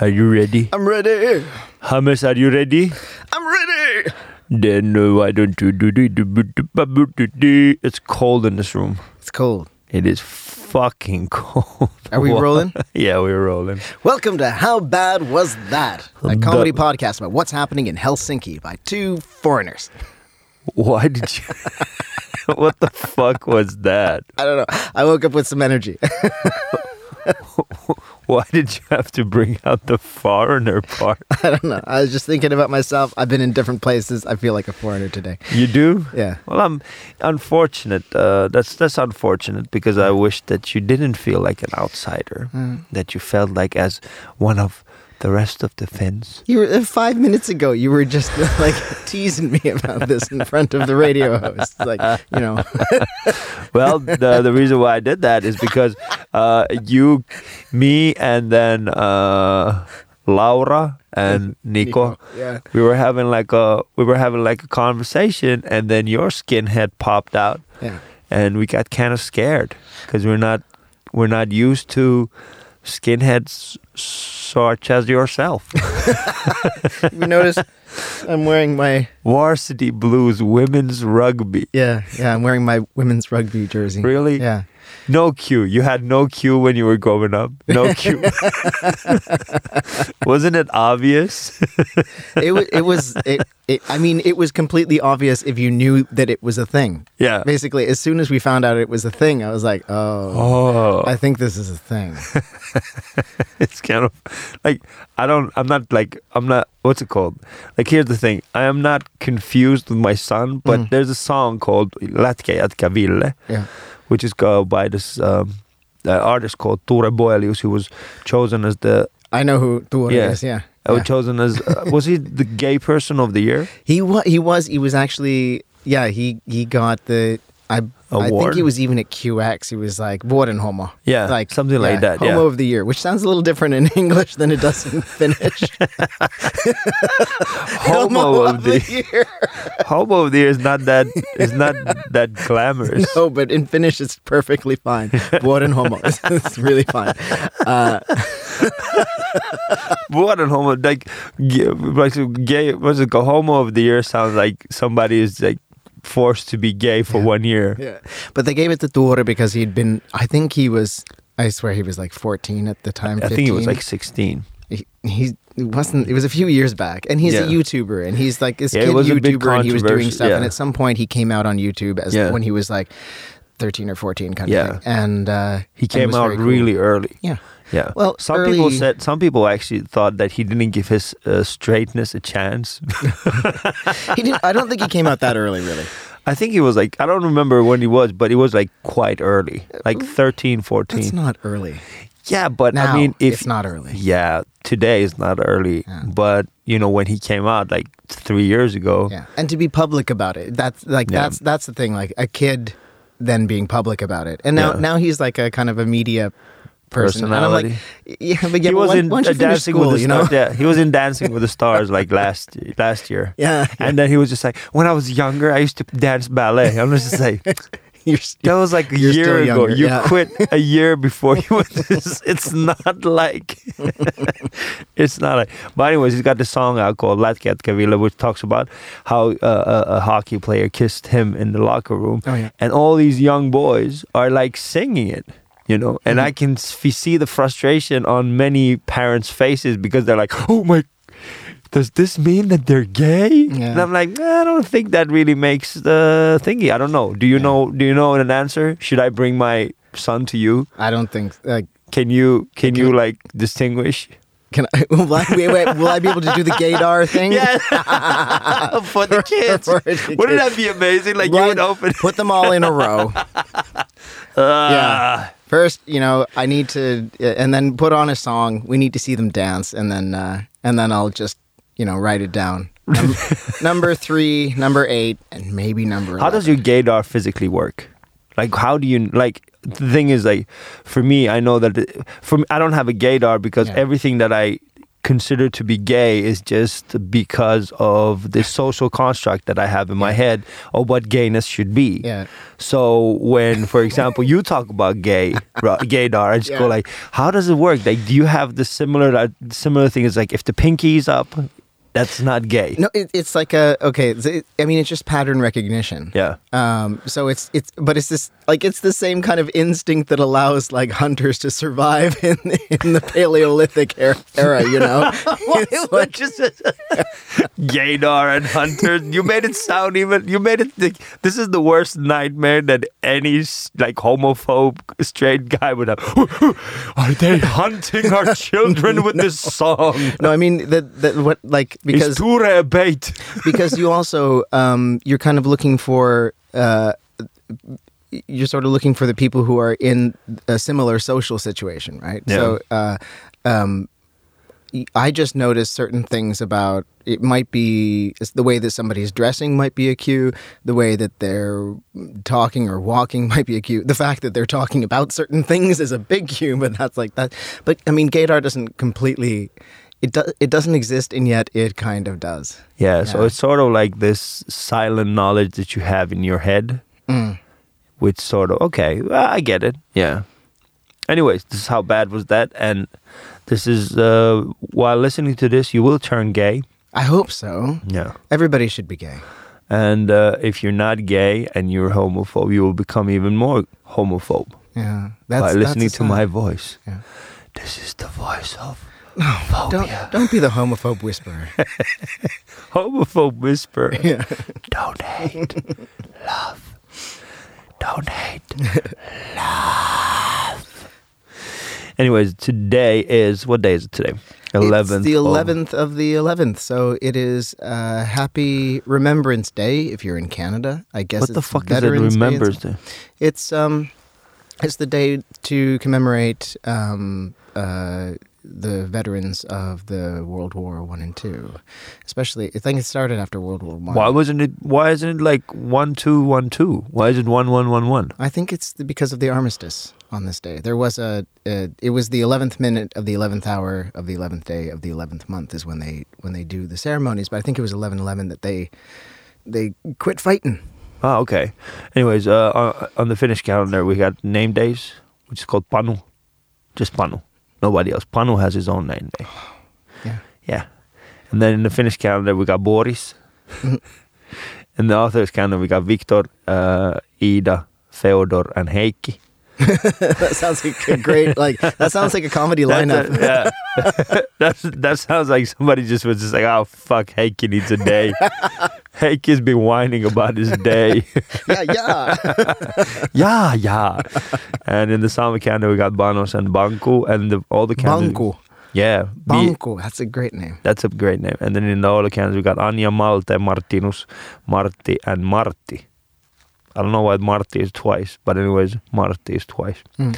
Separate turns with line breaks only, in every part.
Are you ready?
I'm ready.
Hummus, are you ready?
I'm ready.
Then uh, why don't you do do do do do ba- do do do? It's cold in this room.
It's cold.
It is fucking cold.
Are we
Wow.
rolling?
yeah, we're rolling.
Welcome to How Bad Was That? A comedy
That-
podcast about what's happening in Helsinki by two foreigners.
Why did you? what the fuck was that?
I don't know. I woke up with some energy.
Why did you have to bring out the foreigner part?
I don't know. I was just thinking about myself. I've been in different places. I feel like a foreigner today.
You do?
Yeah.
Well, I'm unfortunate. Uh, that's that's unfortunate because I wish that you didn't feel like an outsider.
Hmm.
That you felt like as one of the rest of the Finns.
You were uh, five minutes ago. You were just like teasing me about this in front of the radio host. Like you know,
Well, the the reason why I did that is because uh, you, me, and then uh, Laura and Nico.
Yeah.
We were having like a we were having like a conversation, and then your skinhead popped out,
Yeah.
and we got kind of scared because we're not we're not used to skinheads such as yourself.
You notice I'm wearing my
Varsity Blues women's rugby.
yeah yeah I'm wearing my women's rugby jersey.
Really?
Yeah.
No cue. You had no cue when you were growing up. No cue. Wasn't it obvious?
it was. It was. It, it. I mean, it was completely obvious if you knew that it was a thing.
Yeah.
Basically, as soon as we found out it was a thing, I was like, oh,
Oh,
I think this is a thing.
it's kind of like I don't. I'm not like I'm not. What's it called? Like here's the thing. I am not confused with my son, but there's a song called Lätkä Jätkä Ville,
Yeah.
which is uh, by this um, uh, artist called Ture Boelius, who was chosen as the
I know who Tuori
Yeah.
is. Yeah.
uh,
yeah.
chosen as uh, was he the gay person of the year?
He was. He was. He was actually. Yeah. He. He got the. I. I think
Award?
he was even at QX. He was like Warden Homo.
Yeah,
Like
something like that,
Homo
yeah.
of the year, which sounds a little different in English than it does in Finnish.
Homo of the
year.
Hobo there is not that is not that glamorous.
No, but in Finnish, it's perfectly fine. Vuoden homo. It's, it's really fine. Uh,
What a homo like gay, like gay what's it called? Homo of the year sounds like somebody is like forced to be gay for one year.
yeah. But they gave it to Tuore because he'd been, I think he was, I swear he was like 14 at the time.
I think it was
15.
like sixteen.
He, he it wasn't, it was a few years back. And he's a
Yeah.
YouTuber and he's like this
Yeah, it
kid
was a big
YouTuber and he was doing
controversy,
stuff. And
yeah.
at some point, he came out on YouTube as
Yeah.
when he was like 13 or 14 kind
Yeah.
of thing. And uh,
He
and
came
was
out
very cool.
really early.
Yeah.
Yeah.
Well,
some people
early-
said some people actually thought that he didn't give his uh, straightness a chance.
He didn't, I don't think he came out that early, really.
I think he was like I don't remember when he was, but he was like quite early, like 13, 14.
That's not early.
yeah, but
Now,
I mean, if
it's not early.
Yeah, today is not early,
Yeah.
but you know when he came out like three years ago.
yeah and to be public about it that's like
Yeah.
that's that's the thing like a kid then being public about it and now
Yeah.
now he's like a kind of a media person and i'm like yeah but yeah
he
but
was
when-
in
once
uh,
you finish
Dancing
school
with the
you know
Stars. Yeah, he was in Dancing with the Stars like last last year.
yeah,
And then he was just like, when I was younger, I used to dance ballet. I'm just like,
you're,
that was like a
You're still
year ago.
younger,
You
yeah.
quit a year before you went. to this. It's not like, it's not like. But anyways, he's got this song out called Latkat Kavila, which talks about how uh, a, a hockey player kissed him in the locker room,
Oh, yeah.
and all these young boys are like singing it. You know, and I can s- f- see the frustration on many parents' faces because they're like, "Oh my, does this mean that they're gay?" And
Yeah.
I'm like, "Nah, I don't think that really makes the thingy. I don't know. Do you
Yeah.
know? Do you know an answer? Should I bring my son to you?
i don't think like
Can you? Can you like distinguish?
can I, will, I, wait, wait, will I be able to do the gaydar thing?
Yeah, for the kids.
For the
Wouldn't that
kids.
be amazing? Like you
Run-
would open.
Put them all in a row.
Ah. Uh,
yeah. First, you know, I need to, uh, and then put on a song. We need to see them dance, and then, uh, and then I'll just, you know, write it down. Num- number three, number eight, and maybe number.
How does your gaydar physically work? Like, how do you like? The thing is, like, for me, I know that it- for me, I don't have a gaydar because
Yeah.
everything that I considered to be gay is just because of the social construct that I have in my head of what gayness should be.
Yeah.
So when, for example, you talk about gay, ra- gaydar, I just go
Yeah.
like, how does it work? Like, do you have the similar uh, similar thing? Is like if the pinky's up, that's not gay.
No, it, it's like a okay. it's- It, I mean, it's just pattern recognition.
Yeah.
Um. So it's it's but it's this like it's the same kind of instinct that allows like hunters to survive in in the Paleolithic era. era you know, It's like-
just Gaydar and Hunter. You made it sound even. You made it. Think, this is the worst nightmare that any s- like homophobe straight guy would have. Are they hunting our children with this song?
no, I mean that that what like because
it's Ture bait.
because you also um, you're kind of looking for uh, you're sort of looking for the people who are in a similar social situation, right?
Yeah.
So, uh, um, I just noticed certain things about it. Might be it's the way that somebody's dressing might be a cue. The way that they're talking or walking might be a cue. The fact that they're talking about certain things is a big cue, but that's like that. But I mean, gaydar doesn't completely. It, do, it doesn't exist, and yet it kind of does.
Yeah, So
Yeah.
it's sort of like this silent knowledge that you have in your head,
Mm.
which sort of okay, well, I get it. Yeah. Anyways, this is how bad was that, and this is uh, while listening to this, you will turn gay.
I hope so.
Yeah.
Everybody should be gay.
And uh, if you're not gay and you're homophobe, you will become even more homophobe
Yeah, that's
by
that's
listening
a
to
sign.
my voice.
Yeah.
This is the voice of
Don't
phobia.
don't be the homophobe whisperer.
Homophobe whisper.
Yeah.
Don't hate, love. Don't hate, love. Anyways, today is what day is it today? Eleventh.
It's the eleventh of the eleventh. So it is uh, Happy Remembrance Day if you're in Canada. I guess
What the
it's
fuck is it?
Veterans Day.
Remembers
It's-
Day.
It's um, it's the day to commemorate um uh the veterans of the World War One and Two, especially. I think it started after World War One.
Why wasn't it? Why isn't it like one two one two? Why is it one one one one?
I think it's the, because of the armistice on this day. There was a, a it was the 11th minute of the 11th hour of the 11th day of the 11th month is when they when they do the ceremonies, but I think it was 11/11 that they they quit fighting.
Oh, okay. Anyways, uh, on- on the Finnish calendar, we got name days, which is called Panu. Just Panu. Nobody else. Panu has his own name day.
Yeah.
Yeah. And then in the Finnish calendar, we got Boris. in the author's calendar, we got Victor, uh, Ida, Theodor, and Heikki.
that sounds like a great like that sounds like a comedy
That's
lineup.
a- yeah. That's, that sounds like somebody just was just like, oh, fuck, Heikki needs a day. Heikki's been whining about his day.
yeah, yeah.
Yeah, yeah. and in the summer calendar, we got Banos and Banku, and the, all the calendars.
Banco.
Yeah. B-
Banco. That's a great name.
that's a great name. And then in the older calendars, we got Anja, Malte, Martinus, Marti, and Marti. I don't know why Marti is twice, but anyways, Marti is twice.
Mm.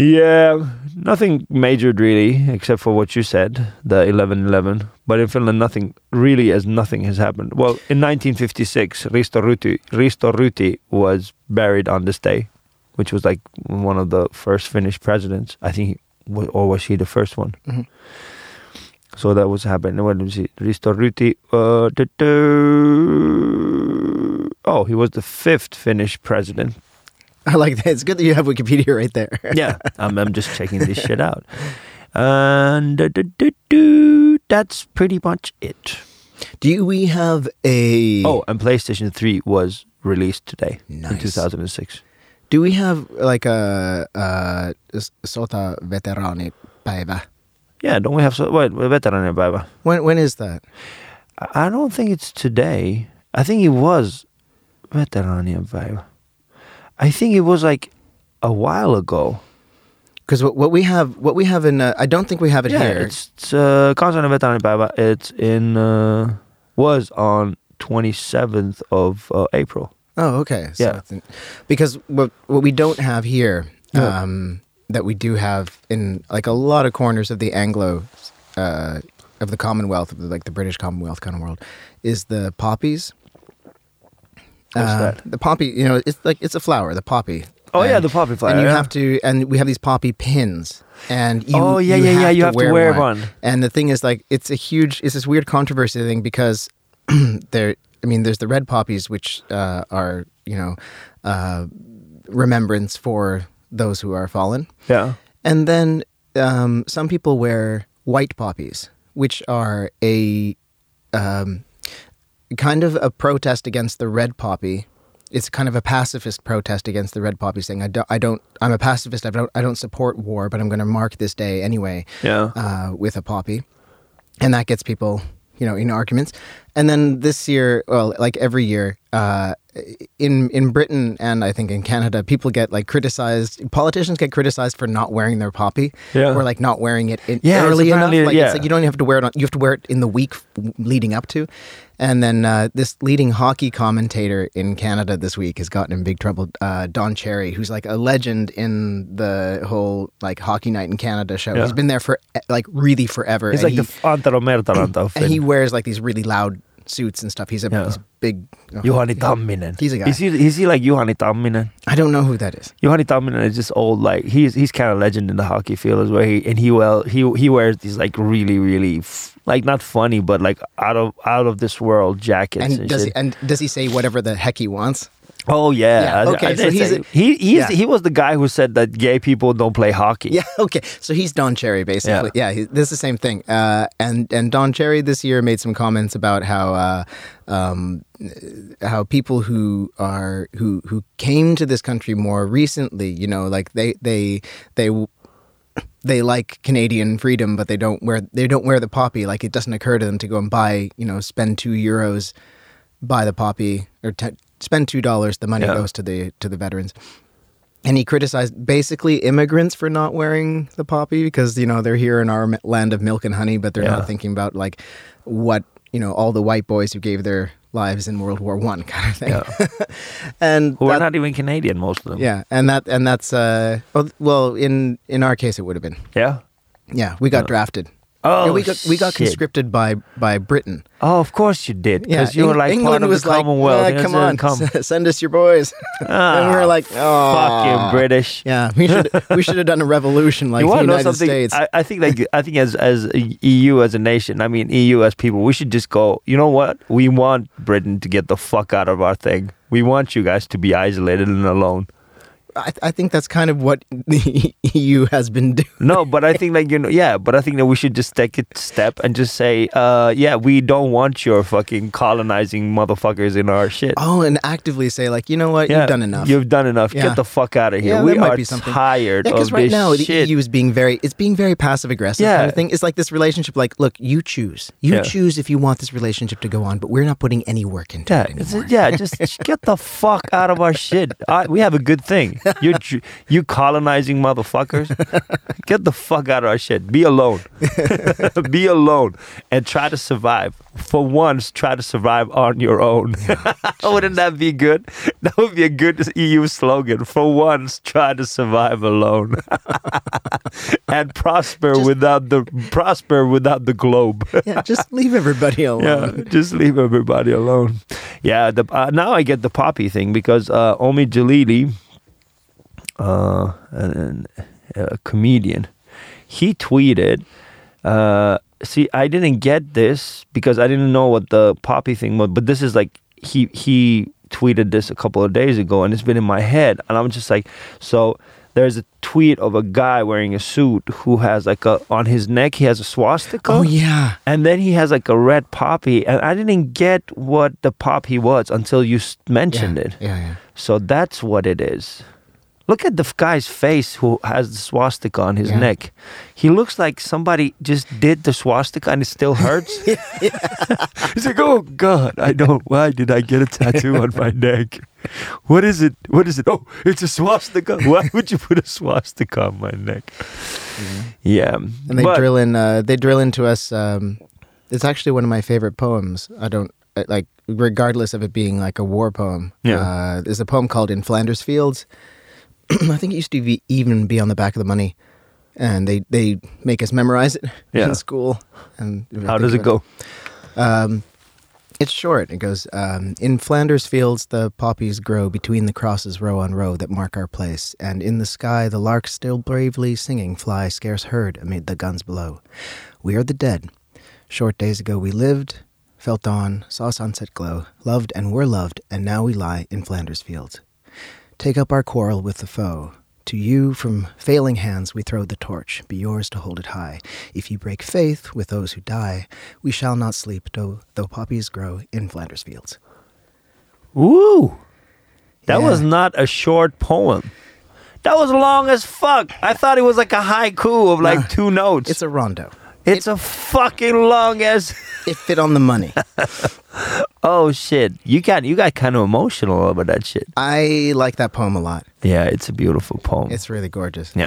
Yeah, nothing major really, except for what you said, the 11-11. But in Finland, nothing really as nothing has happened. Well, in 1956, Risto Ruti, Risto Ruti was buried on this day, which was like one of the first Finnish presidents. I think, he, wa- or was he the first one?
Mhm.
So that was happening. What was it? Risto Ruti. Uh, duh, duh. oh, he was the fifth Finnish president.
I like that. It's good that you have Wikipedia right there.
Yeah, I'm, I'm just checking this shit out. And duh, duh, duh, duh. that's pretty much it.
Do we have a
Oh, and PlayStation 3 was released today in
Nice.
2006.
Do we have like a uh sota veterani päivä?
Yeah, don't we have so? Wait, veteranpäivä.
When when is that?
I- I don't think it's today. I think it was veteranpäivä. I think it was like a while ago.
Because what, what we have, what we have in, uh, I don't think we have it
yeah,
here.
it's it's, uh, Kansainvälinen veteraanipäivä. It's in uh, was on 27th of uh, April.
Oh, okay. So
Yeah.
I think- because what what we don't have here,
Yeah.
um, that we do have in like a lot of corners of the Anglo, uh, of the Commonwealth, of the, like the British Commonwealth kind of world, is the poppies.
What's
Uh,
that?
The poppy, you know, it's like it's a flower, the poppy.
Oh yeah,
And-
the poppy flower.
and you
yeah.
have to, and we have these poppy pins. and you,
Oh, yeah,
you
yeah,
have
yeah,
To
you have to
wear
wear
one.
one.
And the thing is, like, it's a huge, it's this weird controversy thing because there. I mean, there's the red poppies, which uh, are you know uh, remembrance for those who are fallen,
Yeah.
and then um, some people wear white poppies, which are a um, kind of a protest against the red poppy. It's kind of a pacifist protest against the red poppy, saying, "I don't, I don't I'm a pacifist. I don't, I don't support war, but I'm going to mark this day anyway
Yeah.
uh, with a poppy," and that gets people, you know, in arguments. And then this year, well, like every year, uh, in in Britain and I think in Canada, people get like criticized. Politicians get criticized for not wearing their poppy,
Yeah.
or like not wearing it in,
Yeah, it's
early enough.
apparently-
Like,
yeah.
it's like you don't have to wear it. On, you have to wear it in the week f- leading up to, and then uh, this leading hockey commentator in Canada this week has gotten in big trouble. Uh, Don Cherry, who's like a legend in the whole like hockey night in Canada show.
Yeah.
He's been there for eh, like really forever.
He's
and
like the Antero Mertaranta of
he, and he
Finland.
wears like these really loud suits and stuff. He's a
Yeah.
he's big. oh,
Juhani Tamminen.
He's a guy.
Is he, is he like Juhani Tamminen?
I don't know who that is.
Juhani Tamminen is this old like he's he's kind of legend in the hockey field as well. He and he well he he wears these like really really f- like not funny but like out of out of this world jackets and,
And does he,
shit.
and does he say whatever the heck he wants?
oh yeah,
Yeah,
I- I
okay, so
did
he's
say-
a-
he he's,
yeah.
he was the guy who said that gay people don't play hockey.
Yeah. Okay. So he's Don Cherry, basically. Yeah. he, this is the same thing. Uh, and and Don Cherry this year made some comments about how uh, um, how people who are who who came to this country more recently, you know, like they they they they like Canadian freedom, but they don't wear they don't wear the poppy. Like it doesn't occur to them to go and buy you know spend two euros, buy the poppy or te- spend two dollars. The money
Yeah.
goes to the to the veterans. And he criticized basically immigrants for not wearing the poppy because you know they're here in our m- land of milk and honey, but they're
Yeah.
not thinking about like what you know all the white boys who gave their lives in World War One kind of thing. and
who are
that-
not even Canadian most of them.
yeah, and that and that's uh oh, well in in our case it would have been
Yeah?
yeah, we got drafted.
Oh,
Yeah, we got we got
shit.
conscripted by by Britain.
Oh, of course you did because
Yeah,
you were
Eng-
like part
England
of
was
the
like,
Commonwealth.
"Uh,
England
come on,
said, come.
s- send us your boys. and we
Ah,
were like,
fucking
oh,
British.
Yeah, we should we should have done a revolution like
you
the
want to know
United
something?
States.
I, I think like I think as as a EU as a nation, I mean EU as people, we should just go. You know what? We want Britain to get the fuck out of our thing. We want you guys to be isolated and alone.
I, I think that's kind of what the EU has been doing.
No, but I think like you know, yeah. But I think that we should just take a step and just say, uh, yeah, we don't want your fucking colonizing motherfuckers in our shit.
Oh, and actively say like, you know what,
Yeah,
you've done enough.
You've done enough.
Yeah.
Get the fuck out of here.
Yeah,
we
that might
are
be something.
tired of
Yeah, because right
this
now
shit.
the E EU is being very it's being very passive aggressive
Yeah.
kind of thing. It's like this relationship, like look, you choose, you
Yeah.
choose if you want this relationship to go on, but we're not putting any work into
Yeah,
it
it's,
anymore.
yeah. Just sh- get the fuck out of our shit. I, we have a good thing. You, dr- you colonizing motherfuckers. Get the fuck out of our shit. Be alone. Be alone and try to survive. For once, try to survive on your own. Wouldn't that be good? That would be a good EU slogan. For once, try to survive alone and prosper without the prosper without the globe.
yeah, just leave everybody alone.
Yeah, just leave everybody alone. Yeah, the, uh, now I get the poppy thing because uh, Omi Jalili, uh, an, a comedian, he tweeted. Uh, see, I didn't get this because I didn't know what the poppy thing was, but this is like he he tweeted this a couple of days ago, and it's been in my head, and I'm just like, so. There's a tweet of a guy wearing a suit who has like a on his neck he has a swastika
Oh yeah.
and then he has like a red poppy and i didn't get what the poppy was until you s- mentioned
yeah.
it
Yeah, yeah.
so that's what it is look at the f- guy's face who has the swastika on his
Yeah.
neck he looks like somebody just did the swastika and it still hurts he's like oh god i don't why did i get a tattoo on my neck what is it what is it oh it's a swastika why would you put a swastika on my neck yeah
And they
But-
drill in. Uh, they drill into us. Um, it's actually one of my favorite poems. I don't I- like, regardless of it being like a war poem.
Yeah.
Uh, there's a poem called "In Flanders Fields." I think it used to be, even be on the back of the money, and they they make us memorize it
Yeah.
in school. And
how does it go
Um, It's short. It goes um, in Flanders fields the poppies grow between the crosses row on row that mark our place, and in the sky the larks still bravely singing fly scarce heard amid the guns below. We are the dead. Short days ago we lived, felt dawn, saw sunset glow, loved and were loved, and now we lie in Flanders fields. Take up our quarrel with the foe. To you from failing hands we throw the torch, be yours to hold it high. If you break faith with those who die, we shall not sleep though, though poppies grow in Flanders fields.
Woo! That
Yeah.
was not a short poem. That was long as fuck. I thought it was like a haiku of like
No.
two notes.
It's a rondo.
It's a fucking long as.
It fit on the money.
Oh shit! You got you got kind of emotional about that shit.
I like that poem a lot.
Yeah, it's a beautiful poem.
It's really gorgeous.
yeah.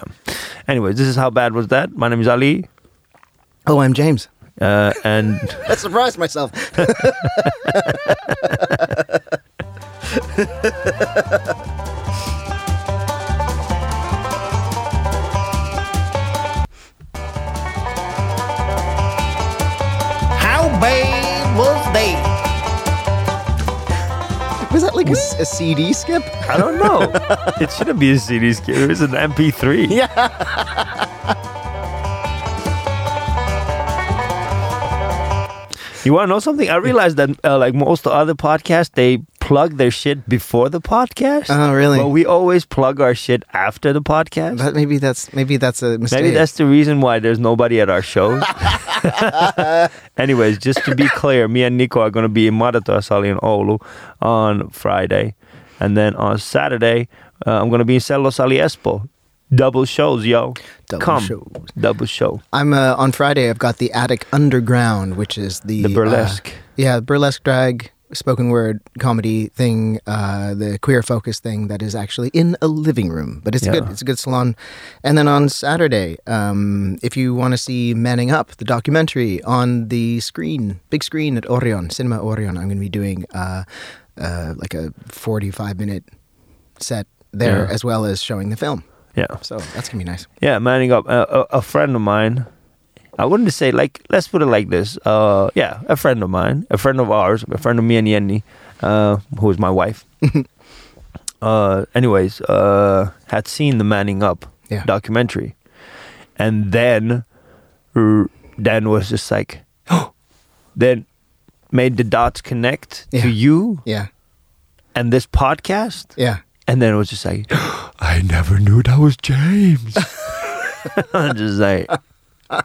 Anyways, this is how bad was that. My name is Ali,
Oh, I'm James.
uh, and
I surprised myself.
how bad was they?
Was that like a, s- a CD skip?
I don't know. it shouldn't be a CD skip. It's an MP3.
Yeah.
You want to know something? I realized that uh, like most other podcasts, they plug their shit before the podcast.
Oh, really?
But we always plug our shit after the podcast.
But maybe that's maybe that's a mistake.
Maybe that's the reason why there's nobody at our shows. Anyways, just to be clear, me and Nico are going to be in Maratua Sali in Oulu on Friday. And then on Saturday, uh, I'm going to be in Celo Sali Espo. Double shows, yo.
Double
Come.
shows.
Double show.
I'm uh, on Friday. I've got the Attic Underground, which is the
The burlesque.
uh, yeah, burlesque drag, spoken word comedy thing, uh, the queer focus thing that is actually in a living room, but it's
Yeah.
good. It's a good salon. And then on Saturday, um, if you want to see Manning Up, the documentary on the screen, big screen at Orion Cinema Orion, I'm going to be doing uh, uh, like a 45 minute set there,
Yeah.
as well as showing the film.
Yeah.
So that's gonna be nice.
Yeah, manning up. Uh, a, a friend of mine. I wouldn't say like. Let's put it like this. Uh, yeah, a friend of mine, a friend of ours, a friend of me and Yenny, uh, who is my wife. uh, anyways, uh, had seen the Manning Up
Yeah.
documentary, and then, r- then was just like, then made the dots connect
Yeah.
to you
Yeah,
and this podcast.
yeah.
And then it was just like, I never knew that was James. I'm just like,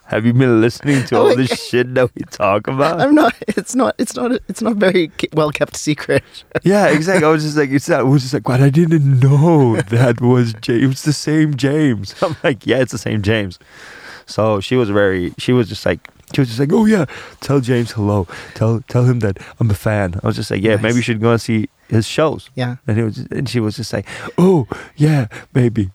have you been listening to
Oh
all
my
this shit that we talk about?
I'm not. It's not. It's not. It's not very ke- well kept secret.
yeah, exactly. I was just like, it's not, I was just like, but I didn't know that was James, the same James. I'm like, yeah, it's the same James. So she was very, she was just like, she was just like, oh yeah, tell James hello, tell tell him that I'm a fan. I was just like, yeah, maybe
Nice.
you should go and see his shows.
Yeah.
And it was, and she was just like, oh yeah, maybe.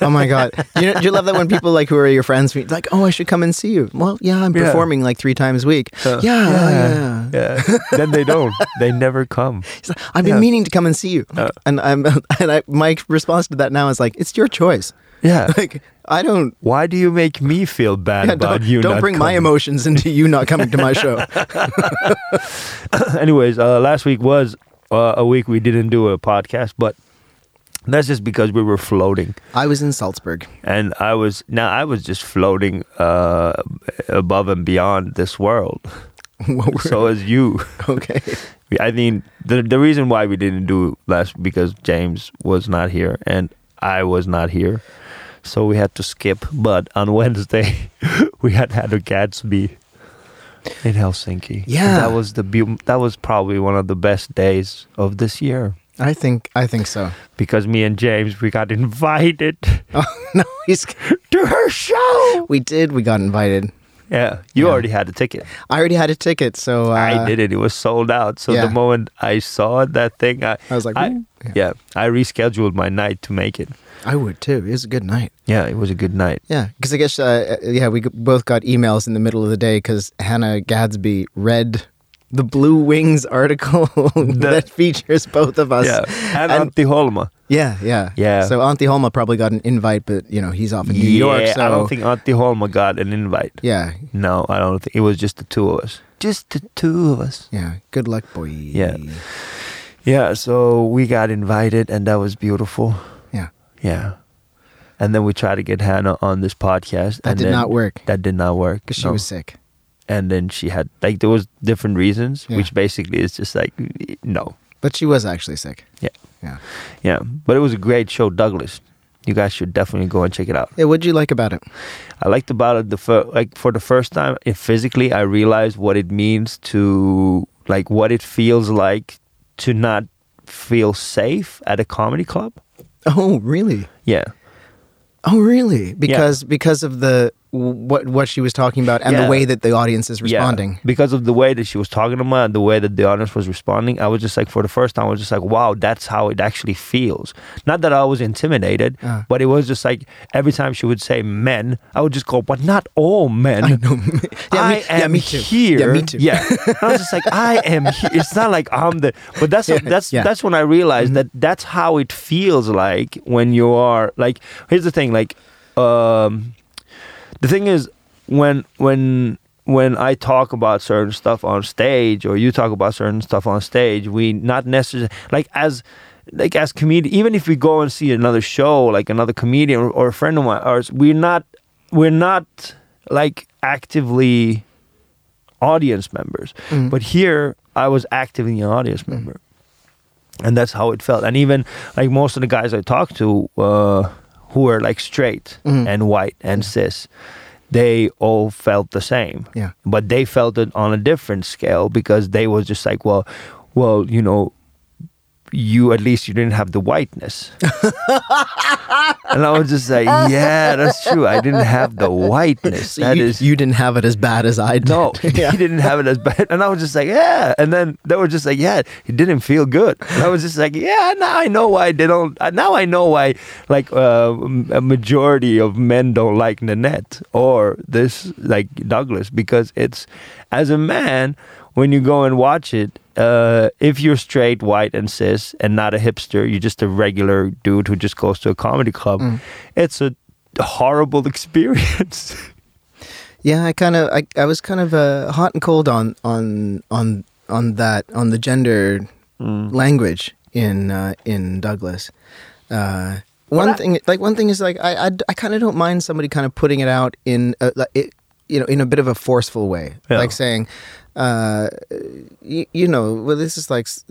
oh my god. You know, do you love that when people like who are your friends meet like, oh, I should come and see you. Well, yeah, I'm
Yeah.
performing like three times a week.
Uh,
yeah, yeah.
yeah. then they don't. They never come.
He's like, I've been
Yeah.
meaning to come and see you,
Uh.
and I'm and I, my response to that now is like, it's your choice.
Yeah.
Like I don't.
Why do you make me feel bad
Yeah,
about
don't
you?
don't
not
bring my
coming?
emotions into you not coming to my show.
Anyways, uh, last week was uh, a week we didn't do a podcast, but that's just because we were floating,
I was in Salzburg.
and I was now I was just floating uh, above and beyond this world.
What were-
so is you.
okay.
We- I mean, the the reason why we didn't do last because James was not here and I was not here, so we had to skip. But on Wednesday, we had had a Gatsby in Helsinki. And
Yeah.
that was the beau- that was probably one of the best days of this year
I think I think so.
because me and James we got invited
Oh no, he's.
to her show.
We did. We got invited.
Yeah, you
Yeah.
already had a ticket.
I already had a ticket, so uh,
I did it. It was sold out. So the
yeah.
moment I saw that thing, I,
I was like,
I,
"Ooh."
yeah.
Yeah.
I rescheduled my night to make it.
I would too. It was a good night.
Yeah, it was a good night.
Yeah, because I guess uh, uh, yeah, we g- both got emails in the middle of the day because Hannah Gadsby read the Blue Wings article that features both of us.
Yeah, and,
And-
Antti Holma.
yeah, yeah,
Yeah.
So Auntie Holma probably got an invite, but you know he's off in New
yeah,
York. So
I don't think Antti Holma got an invite.
yeah,
No, I don't think it was just the two of us. just the two of us.
Yeah. Good luck, boy.
Yeah. Yeah, so we got invited, and that was beautiful.
Yeah.
Yeah. And then we tried to get Hannah on this podcast.
That
and
did
then-
not work
That did not work.
because she
no.
was sick.
and then she had like there was different reasons,
Yeah.
which basically is just like no,
But she was actually sick.
yeah,
Yeah.
yeah. But it was a great show, Douglas. You guys should definitely go and check it out.
Yeah. What'd you like about it?
I liked about it the fir- like for the first time it physically I realized what it means to like what it feels like to not feel safe at a comedy club.
Oh, really?
Yeah.
Oh, really? Because because of the what what she was talking about and
Yeah.
the way that the audience is
Yeah.
responding.
because of the way that she was talking to me and the way that the audience was responding i was just like for the first time i was just like wow that's how it actually feels not that i was intimidated
Uh.
but it was just like every time she would say men i would just go but not all men i know
Yeah, me-
am
yeah, me too.
here
Yeah, me too.
yeah And i was just like i am here. it's not like i'm the but that's that's
yeah.
that's when i realized that that's how it feels like when you are like here's the thing like um the thing is when when when I talk about certain stuff on stage or you talk about certain stuff on stage, we not necessarily like as like as comedian even if we go and see another show, like another comedian or, or a friend of mine ours, we're not we're not like actively audience members.
Mm-hmm.
But here I was actively an audience member and that's how it felt. And even like most of the guys I talked to, uh, who were like straight
Mm-hmm.
and white and cis, they all felt the same.
Yeah.
But they felt it on a different scale because they was just like, well, well, you know, you at least you didn't have the whiteness. and I was just like, yeah, that's true. I didn't have the whiteness.
So
That is.
you, you didn't have it as bad as I did.
No,
yeah.
he didn't have it as bad. And I was just like, yeah. And then they were just like, yeah, it didn't feel good. And I was just like, yeah, now I know why they don't. uh, Now I know why, like, uh, m- a majority of men don't like Nanette or this, like, Douglas, because it's, as a man, when you go and watch it, uh, if you're straight, white, and cis, and not a hipster, you're just a regular dude who just goes to a comedy club, it's a horrible experience.
Yeah, I kind of, I, I was kind of uh, hot and cold on, on, on, on that, on the gender
Mm.
language in, uh, in Douglas. Uh, one thing, like one thing is like I, I, kind of don't mind somebody kind of putting it out in, a, like, it, you know, in a bit of a forceful way,
Yeah.
like saying, uh, you, you know, well, this is like s-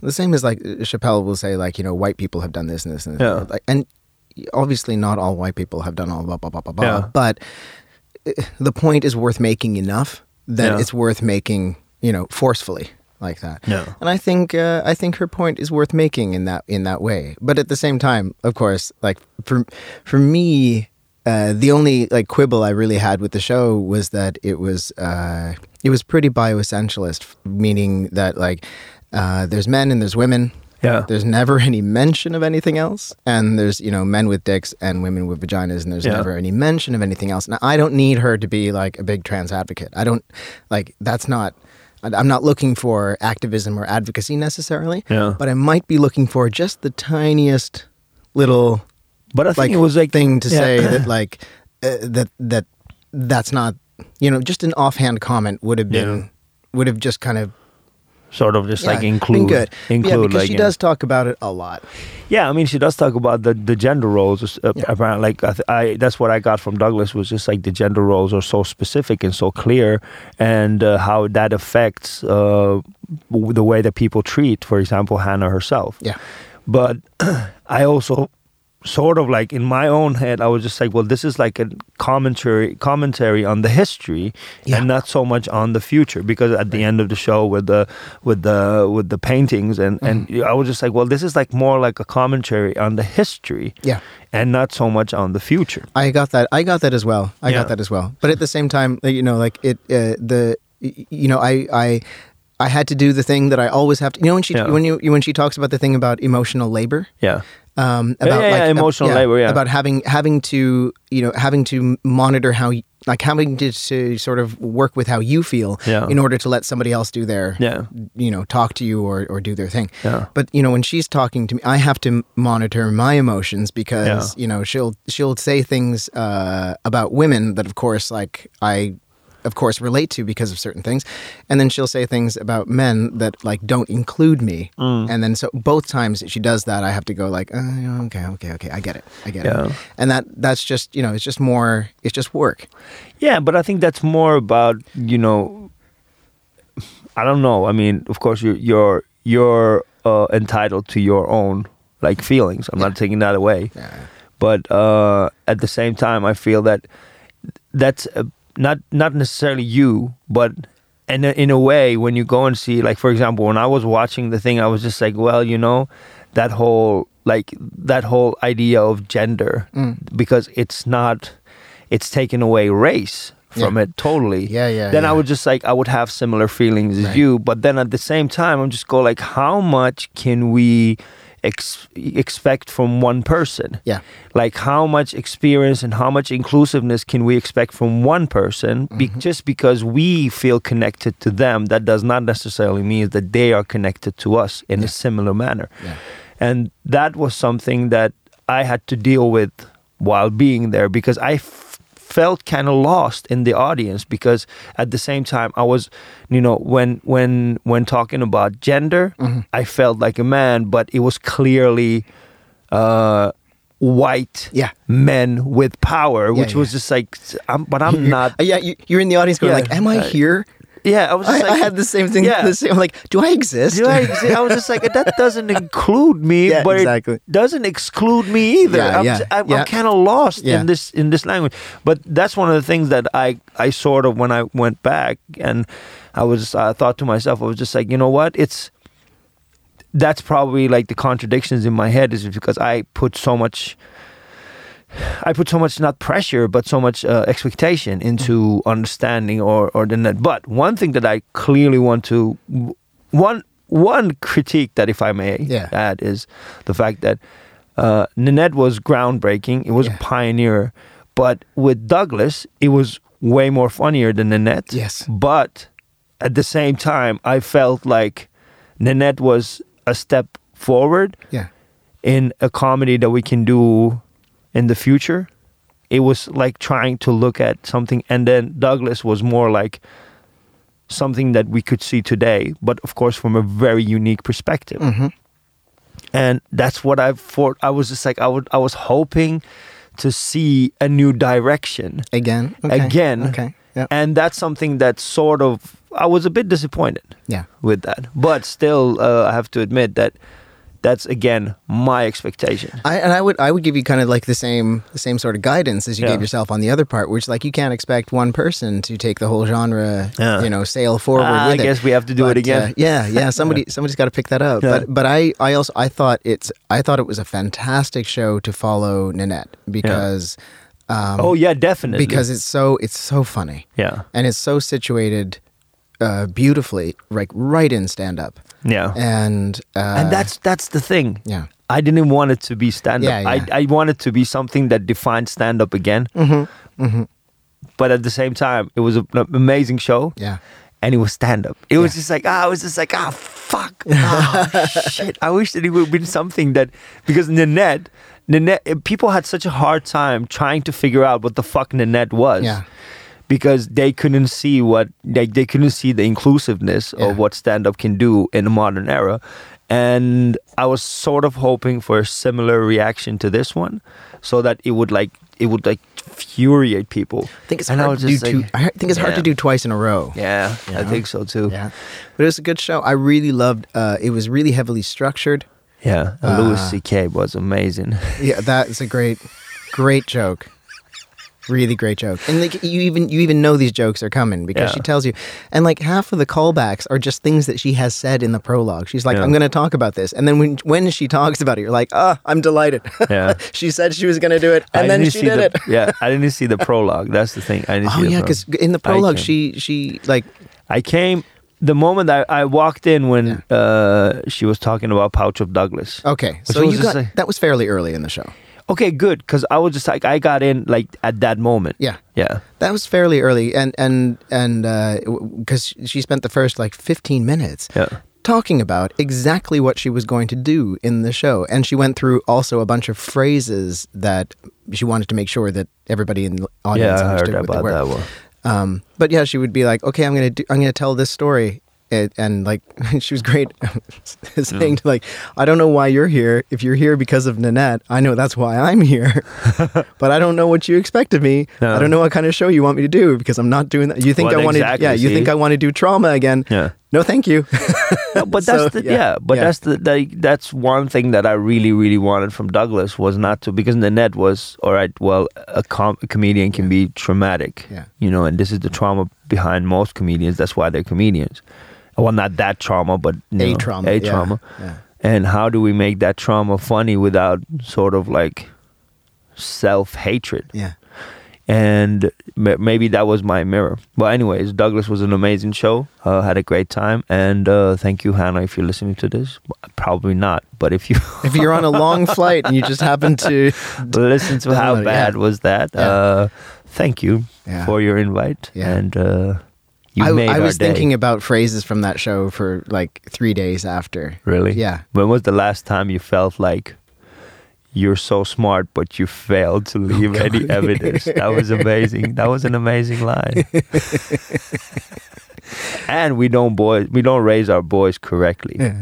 the same as like Chappelle will say, like you know, white people have done this and this and this.
Yeah.
like, and obviously not all white people have done all blah blah blah blah blah,
Yeah.
but the point is worth making enough that
Yeah.
it's worth making, you know, forcefully like that.
Yeah.
And I think uh, I think her point is worth making in that in that way. But at the same time, of course, like for for me, uh, the only like quibble I really had with the show was that it was uh, it was pretty bioessentialist, meaning that like uh, there's men and there's women.
Yeah.
There's never any mention of anything else. And there's, you know, men with dicks and women with vaginas, and there's
Yeah.
never any mention of anything else. Now, I don't need her to be like a big trans advocate. I don't, like, that's not, I- I'm not looking for activism or advocacy necessarily,
Yeah.
but I might be looking for just the tiniest little
But I think
like
it was like
thing to
yeah.
say that like uh, that that that's not you know just an offhand comment would have been
Yeah.
would have just kind of
sort of just
yeah,
like
been
include
good
include
yeah because
like
she
in-
does talk about it a lot
yeah i mean she does talk about the the gender roles uh,
Yeah.
apparently like I, th- I that's what i got from douglas was just like the gender roles are so specific and so clear and uh, how that affects uh, w- the way that people treat for example hannah herself
yeah
but I also sort of like in my own head I was just like well this is like a commentary commentary on the history
Yeah.
and not so much on the future because at the end of the show with the with the with the paintings and
Mm-hmm.
and I was just like well this is like more like a commentary on the history
yeah
and not so much on the future
I got that. I got that as well. I
Yeah.
got that as well. But at the same time, like, you know, like it, uh, the, y- you know, I, I, I had to do the thing that I always have to. You know, when she,
Yeah.
when you, when she talks about the thing about emotional labor,
yeah
um,
Yeah,
about
yeah,
like
yeah,
ab-
emotional labor, yeah.
about having having to, you know, having to monitor how, y- like, having to, to sort of work with how you feel
Yeah.
in order to let somebody else do their,
Yeah.
you know, talk to you or or do their thing.
Yeah.
But you know, when she's talking to me, I have to monitor my emotions because
Yeah.
you know she'll she'll say things uh, about women that, of course, like I of course, relate to because of certain things. And then she'll say things about men that like don't include me.
Mm.
And then so both times that she does that, I have to go like, uh, okay, okay, okay, I get it, I get
Yeah.
it. And that that's just you know, it's just more, it's just work.
Yeah, but I think that's more about you know. I don't know. I mean, of course, you're you're you're uh, entitled to your own like feelings. I'm not taking that away,
Yeah.
but uh, at the same time, I feel that that's uh, not not necessarily you, but and in a way, when you go and see, like for example, when I was watching the thing, I was just like, well, you know, that whole like that whole idea of gender
Mm.
because it's not it's taken away race from
Yeah.
it totally.
Yeah, yeah,
Then I
yeah.
would just like I would have similar feelings as
Right.
you, but then at the same time, I'm just go like, how much can we ex- expect from one person?
Yeah.
like how much experience and how much inclusiveness can we expect from one person be- just because we feel connected to them that does not necessarily mean that they are connected to us in a similar manner
Yeah.
and that was something that i had to deal with while being there because i f- felt kind of lost in the audience because at the same time i was you know when when when talking about gender i felt like a man but it was clearly uh white
Yeah.
men with power, which
yeah.
was just like, I'm, but I'm not.
Uh, yeah, you, you're in the audience going
Yeah.
like, am I
Uh,
here?
Yeah, I was.
I,
Just
I
like,
had the same thing.
Yeah.
The same, like, do I exist?
Do I, exi- I was just like that doesn't include me,
Yeah,
but
exactly.
it doesn't exclude me either.
Yeah,
I'm,
yeah,
s- I'm,
yeah.
I'm kind of lost
Yeah.
in this in this language. But that's one of the things that I I sort of when I went back and I was I thought to myself I was just like you know what it's that's probably like the contradictions in my head is because I put so much I put so much not pressure but so much uh, expectation
Mm-hmm.
into understanding or or the net. But one thing that I clearly want to one one critique that if I may
Yeah.
add is the fact that uh, Nanette was groundbreaking. It was
Yeah.
a pioneer, but with Douglas, it was way more funnier than Nanette.
Yes.
But at the same time, I felt like Nanette was a step forward
yeah.
in a comedy that we can do in the future. It was like trying to look at something, and then Douglas was more like something that we could see today, but of course from a very unique perspective.
Mm-hmm.
And that's what I for. I was just like I would. I was hoping to see a new direction
Again. Okay.
again,
Okay. Yeah.
and that's something that sort of I was a bit disappointed
yeah.
with that. But still, uh, I have to admit that that's again my expectation.
I, and I would I would give you kind of like the same the same sort of guidance as you
Yeah.
gave yourself on the other part, which like you can't expect one person to take the whole genre,
Yeah.
you know, sail forward.
Ah, I
with it.
guess we have to do
But,
it again.
uh, yeah, yeah. Somebody somebody's got to pick that up.
Yeah.
But but I I also I thought it's I thought it was a fantastic show to follow Nanette because um,
oh yeah, definitely.
because it's so it's so funny
yeah,
and it's so situated uh, beautifully like right in stand up
yeah,
and uh,
and that's that's the thing.
yeah
I didn't want it to be stand up.
Yeah, yeah.
I I wanted to be something that defined stand up again. Mm-hmm. Mm-hmm. But at the same time, it was a- an amazing show.
yeah.
and it was stand up. It was just like ah, I was just like ah, fuck, ah, shit. I wish that it would have been something that because Nanette, Nanette, eh, people had such a hard time trying to figure out what the fuck Nanette was.
Yeah.
Because they couldn't see what they, they couldn't see the inclusiveness
Yeah.
of what stand up can do in the modern era. And I was sort of hoping for a similar reaction to this one so that it would like it would like furiate people.
I think it's
And I
hard to do
was just
two.
like,
I think it's hard to
yeah.
do twice in a row.
Yeah, I
Yeah.
think so too.
Yeah. but it was a good show. I really loved. Uh, it was really heavily structured.
Yeah, and Louis
Uh,
C.K. was amazing.
Yeah, that is a great, great joke. Really great joke, and like you even you even know these jokes are coming because
Yeah.
she tells you, and like half of the callbacks are just things that she has said in the prologue. She's like,
Yeah.
"I'm going to talk about this," and then when when she talks about it, you're like, "Ah, I'm delighted."
Yeah.
she said she was going to do it, and
I
then
didn't
she
see
did
the,
it.
yeah, I didn't see the prologue. That's the thing. I didn't
Oh
see the
yeah,
prologue.
because in the
I
prologue,
came-
she she like
I came the moment I, I walked in when uh, she was talking about Pouch of Douglas.
okay,
Which
so
was
you
just
got
like-
that was fairly early in the show.
Okay, good, because I was just like I got in like at that moment.
Yeah.
yeah,
That was fairly early, and and and uh, because she spent the first like fifteen minutes
Yeah.
talking about exactly what she was going to do in the show, and she went through also a bunch of phrases that she wanted to make sure that everybody in the audience
yeah. I heard
understood what
about
they were.
that one.
Um, but yeah, she would be like, "Okay, I'm gonna do, I'm gonna tell this story," and, and like she was great saying to like, "I don't know why you're here. If you're here because of Nanette, I know that's why I'm here. but I don't know what you expect of me.
No.
I don't know what kind of show you want me to do because I'm not doing that. You think
Well,
I want
exactly,
to? Yeah, you
see?
think I want to do trauma again?
Yeah.
No, thank you.
No, but that's
So,
the, yeah,
yeah,
But
yeah.
that's the like that's one thing that I really really wanted from Douglas was not to because Nanette was all right. Well, a, com- a comedian can be traumatic,
Yeah.
you know, and this is the trauma behind most comedians. That's why they're comedians. Well, not that trauma, but you
A
know,
trauma,
a
yeah,
trauma.
yeah.
And how do we make that trauma funny without sort of like self hatred?
yeah.
and ma- maybe that was my mirror. But anyways, Douglas was an amazing show. Uh, had a great time, and uh, thank you, Hannah, if you're listening to this. Probably not, but if you
If you're on a long flight and you just happen to,
listen to how
Yeah.
bad was that,
Yeah.
uh, thank you
Yeah.
for your invite,
Yeah.
and uh, you
I,
made
I
our
was
day.
thinking about phrases from that show for like three days after.
really,
Yeah.
When was the last time you felt like? You're so smart, but you failed
Oh,
to leave any evidence. That was amazing. That was an amazing line. and we don't boys, we don't raise our boys correctly.
Yeah.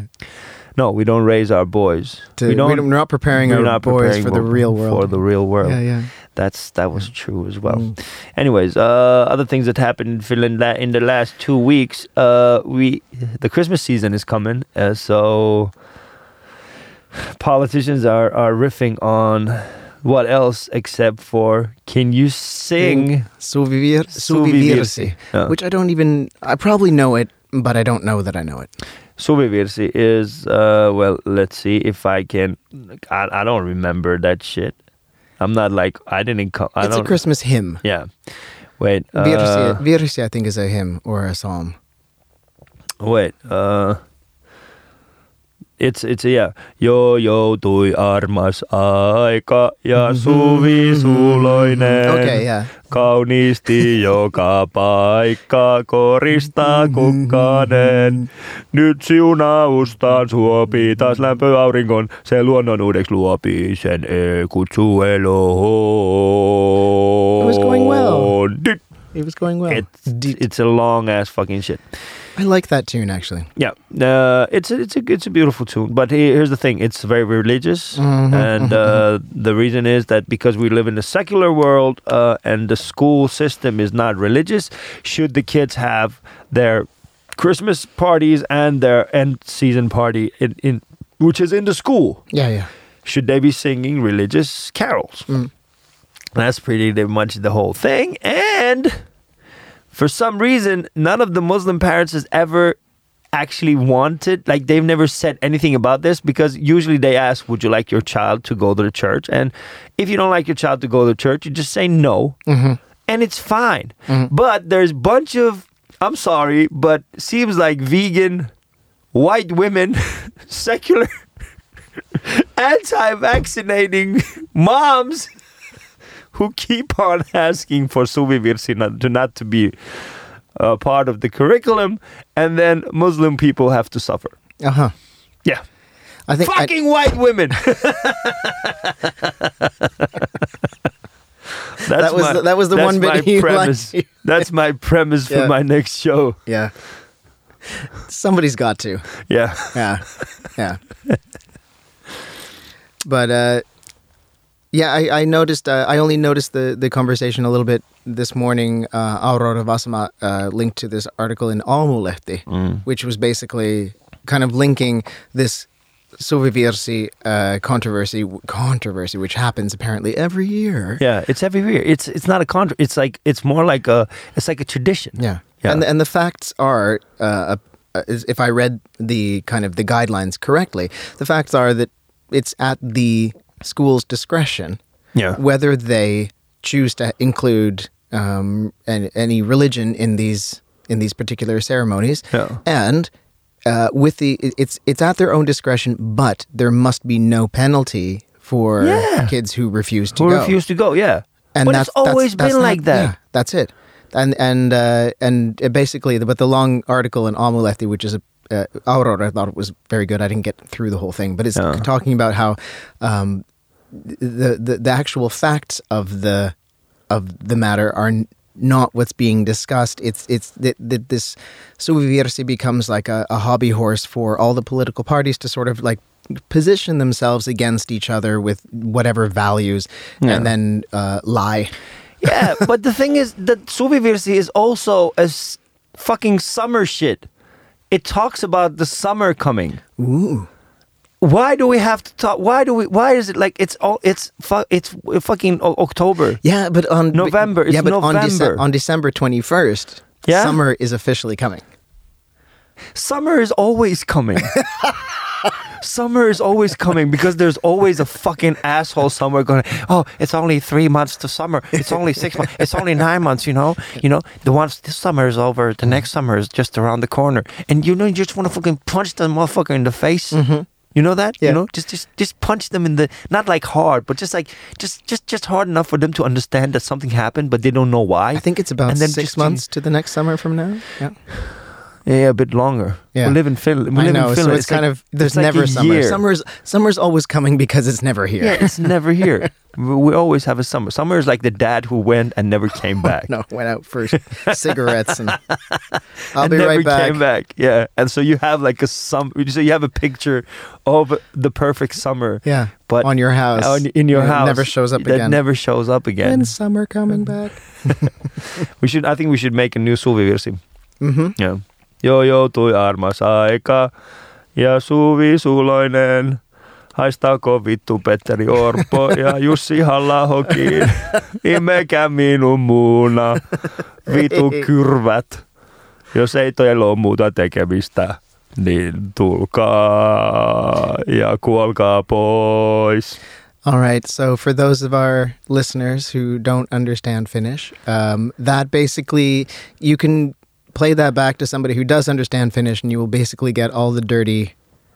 No, we don't raise our boys.
To, we don't, we're not preparing
we're
our
not
boys
preparing
for the
bo-
real world.
For the real world.
Yeah, yeah. Mm.
That's that was true as well. Anyways, uh, other things that happened in Finland la- in the last two weeks. Uh, we the Christmas season is coming, uh, so politicians are are riffing on what else except for can you sing? Uh,
Suvivir,
Suvivirsi.
suvivirsi,
Yeah.
which I don't even. I probably know it, but I don't know that I know it.
Suvivirsi is uh, well. Let's see if I can. I, I don't remember that shit. I'm not like I didn't. Co- I
it's a
don't.
Christmas hymn.
Yeah. Wait.
Virsi,
Uh,
virsi, I think, is a hymn or a psalm.
wait. Uh, it's it's yeah. Yo yo tui armas aika ja suvi suloinen.
Mm. Okay, yeah.
Kauniisti joka paikka koristaa kukkanen. Nyt siunaustaan suopii taas lämpö auringon. Se luonnon uudeksi luopii sen e kutsu eloon.
It was going well. It was going well.
It's it's a long ass fucking shit.
I like that tune actually.
Yeah, uh, it's a, it's a it's a beautiful tune. But he- here's the thing: it's very religious, and uh, the reason is that because we live in a secular world uh, and the school system is not religious, should the kids have their Christmas parties and their end season party in, in which is in the school?
Yeah, yeah.
should they be singing religious carols? That's pretty much the whole thing. And for some reason, none of the Muslim parents has ever actually wanted, like, they've never said anything about this because usually they ask, Would you like your child to go to the church? And if you don't like your child to go to church, you just say no. And it's fine. But there's bunch of, I'm sorry, but seems like vegan white women, secular, anti vaccinating moms who keep on asking for Suvi Virsi not, to not to be a part of the curriculum, and then Muslim people have to suffer.
Uh huh.
Yeah.
I think. I-
Fucking white women. That's
That was
my-
the- that was the
that's
one bit
my
you liked.
premise. That's my premise for
Yeah.
my next show.
yeah. Somebody's got to.
Yeah.
yeah, yeah. But uh, yeah, I, I noticed. Uh, I only noticed the the conversation a little bit this morning. Uh, Aurora Vasama uh, linked to this article in Almulehti, which was basically kind of linking this Suvivirsi uh, controversy controversy, which happens apparently every year.
Yeah, it's every year. It's it's not a contract. It's like it's more like a it's like a tradition.
Yeah.
Yeah.
And and the facts are, uh, uh, is- if I read the kind of the guidelines correctly, the facts are that it's at the school's discretion
Yeah.
whether they choose to include um, an, any religion in these in these particular ceremonies,
Yeah.
and. Uh, with the it- it's it's at their own discretion, but there must be no penalty for
Yeah.
kids who refuse to
Who
go
refuse to go? Yeah. but it's always been
not-
like that.
yeah, that's it. And and uh, and uh, basically, the, but the long article in Amulethi, which is a uh, Aurora, I thought it was very good. I didn't get through the whole thing, but it's talking about how um, the, the the actual facts of the of the matter are n- not what's being discussed. It's it's that that this subverse becomes like a, a hobby horse for all the political parties to sort of like position themselves against each other with whatever values,
Yeah.
and then uh, lie.
Yeah, but the thing is that Suvivirsi is also a s- fucking summer shit. It talks about the summer coming.
Ooh.
Why do we have to talk? Why do we? Why is it like it's all? It's fu- it's fucking o- October.
Yeah, but on
November, it's
yeah, but on,
November.
on December twenty first,
Yeah?
summer is officially coming.
Summer is always coming. summer is always coming because there's always a fucking asshole somewhere going, "Oh, it's only 3 months to summer. It's only 6 months. It's only 9 months, you know? You know, the once this summer is over, the next summer is just around the corner." And you know you just want to fucking punch the motherfucker in the face. You know that?
Mm-hmm. Yeah.
You know, just just just punch them in the not like hard, but just like just just just hard enough for them to understand that something happened, but they don't know why.
I think it's about
And then
six
just-
months to the next summer from now. Yeah,
Yeah, a bit longer.
Yeah.
We live in Finland. We
I
live
know.
in
So
Finland.
it's, kind
like-
of
it's
there's
like
never
a
summer.
year.
Summer's summer's always coming because it's never here.
Yeah, it's never here. we we always have a summer. Summer is like the dad who went and never came back.
No, went out for cigarettes and I'll
and
be
never
right back.
Came back. Yeah, and so you have like a sum. So you have a picture of the perfect summer.
Yeah,
but
on your house,
on- in your
It
house
never shows up
that
again.
never shows up again.
When summer coming back?
We should. I think we should make a new suvivirsi.
Mm-hmm.
Yeah. Joo, joutui armas aika ja Suvi Suloinen. Haistaako vittu Petteri Orpo ja Jussi Hallahokin. Imekä minun muuna. Vitu kyrvät. Jos ei teillä ole muuta tekemistä, niin tulkaa ja kuolkaa pois.
All right. So for those of our listeners who don't understand Finnish, um, that basically you can play that back to somebody who does understand Finnish, and you will basically get all the dirty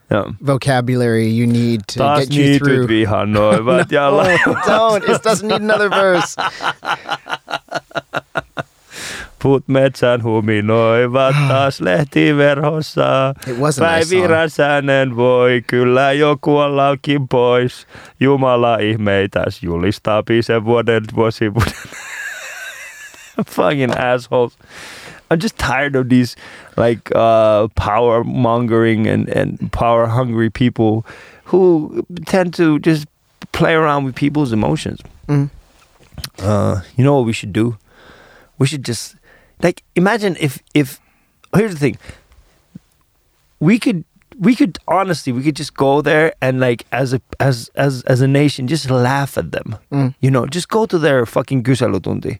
Ja.
vocabulary you need to
Taas
get you
niityt
through.
vihannoivat no. ja la-
Oh, don't. It doesn't need another verse.
Puut metsän huminoivat taas lehtiverhossa.
It wasn't nice
Päivi
song.
Räsänen voi kyllä jo kuollakin pois. Jumala ihmeitäs julistaa pisen vuoden vuosivuden. Fucking assholes. I'm just tired of these like uh, power mongering and, and power hungry people who tend to just play around with people's emotions.
Mm.
Uh, you know what we should do? We should just like imagine if if here's the thing. We could we could honestly we could just go there and like as a as as as a nation just laugh at them.
Mm.
You know, just go to their fucking Gysalutundi.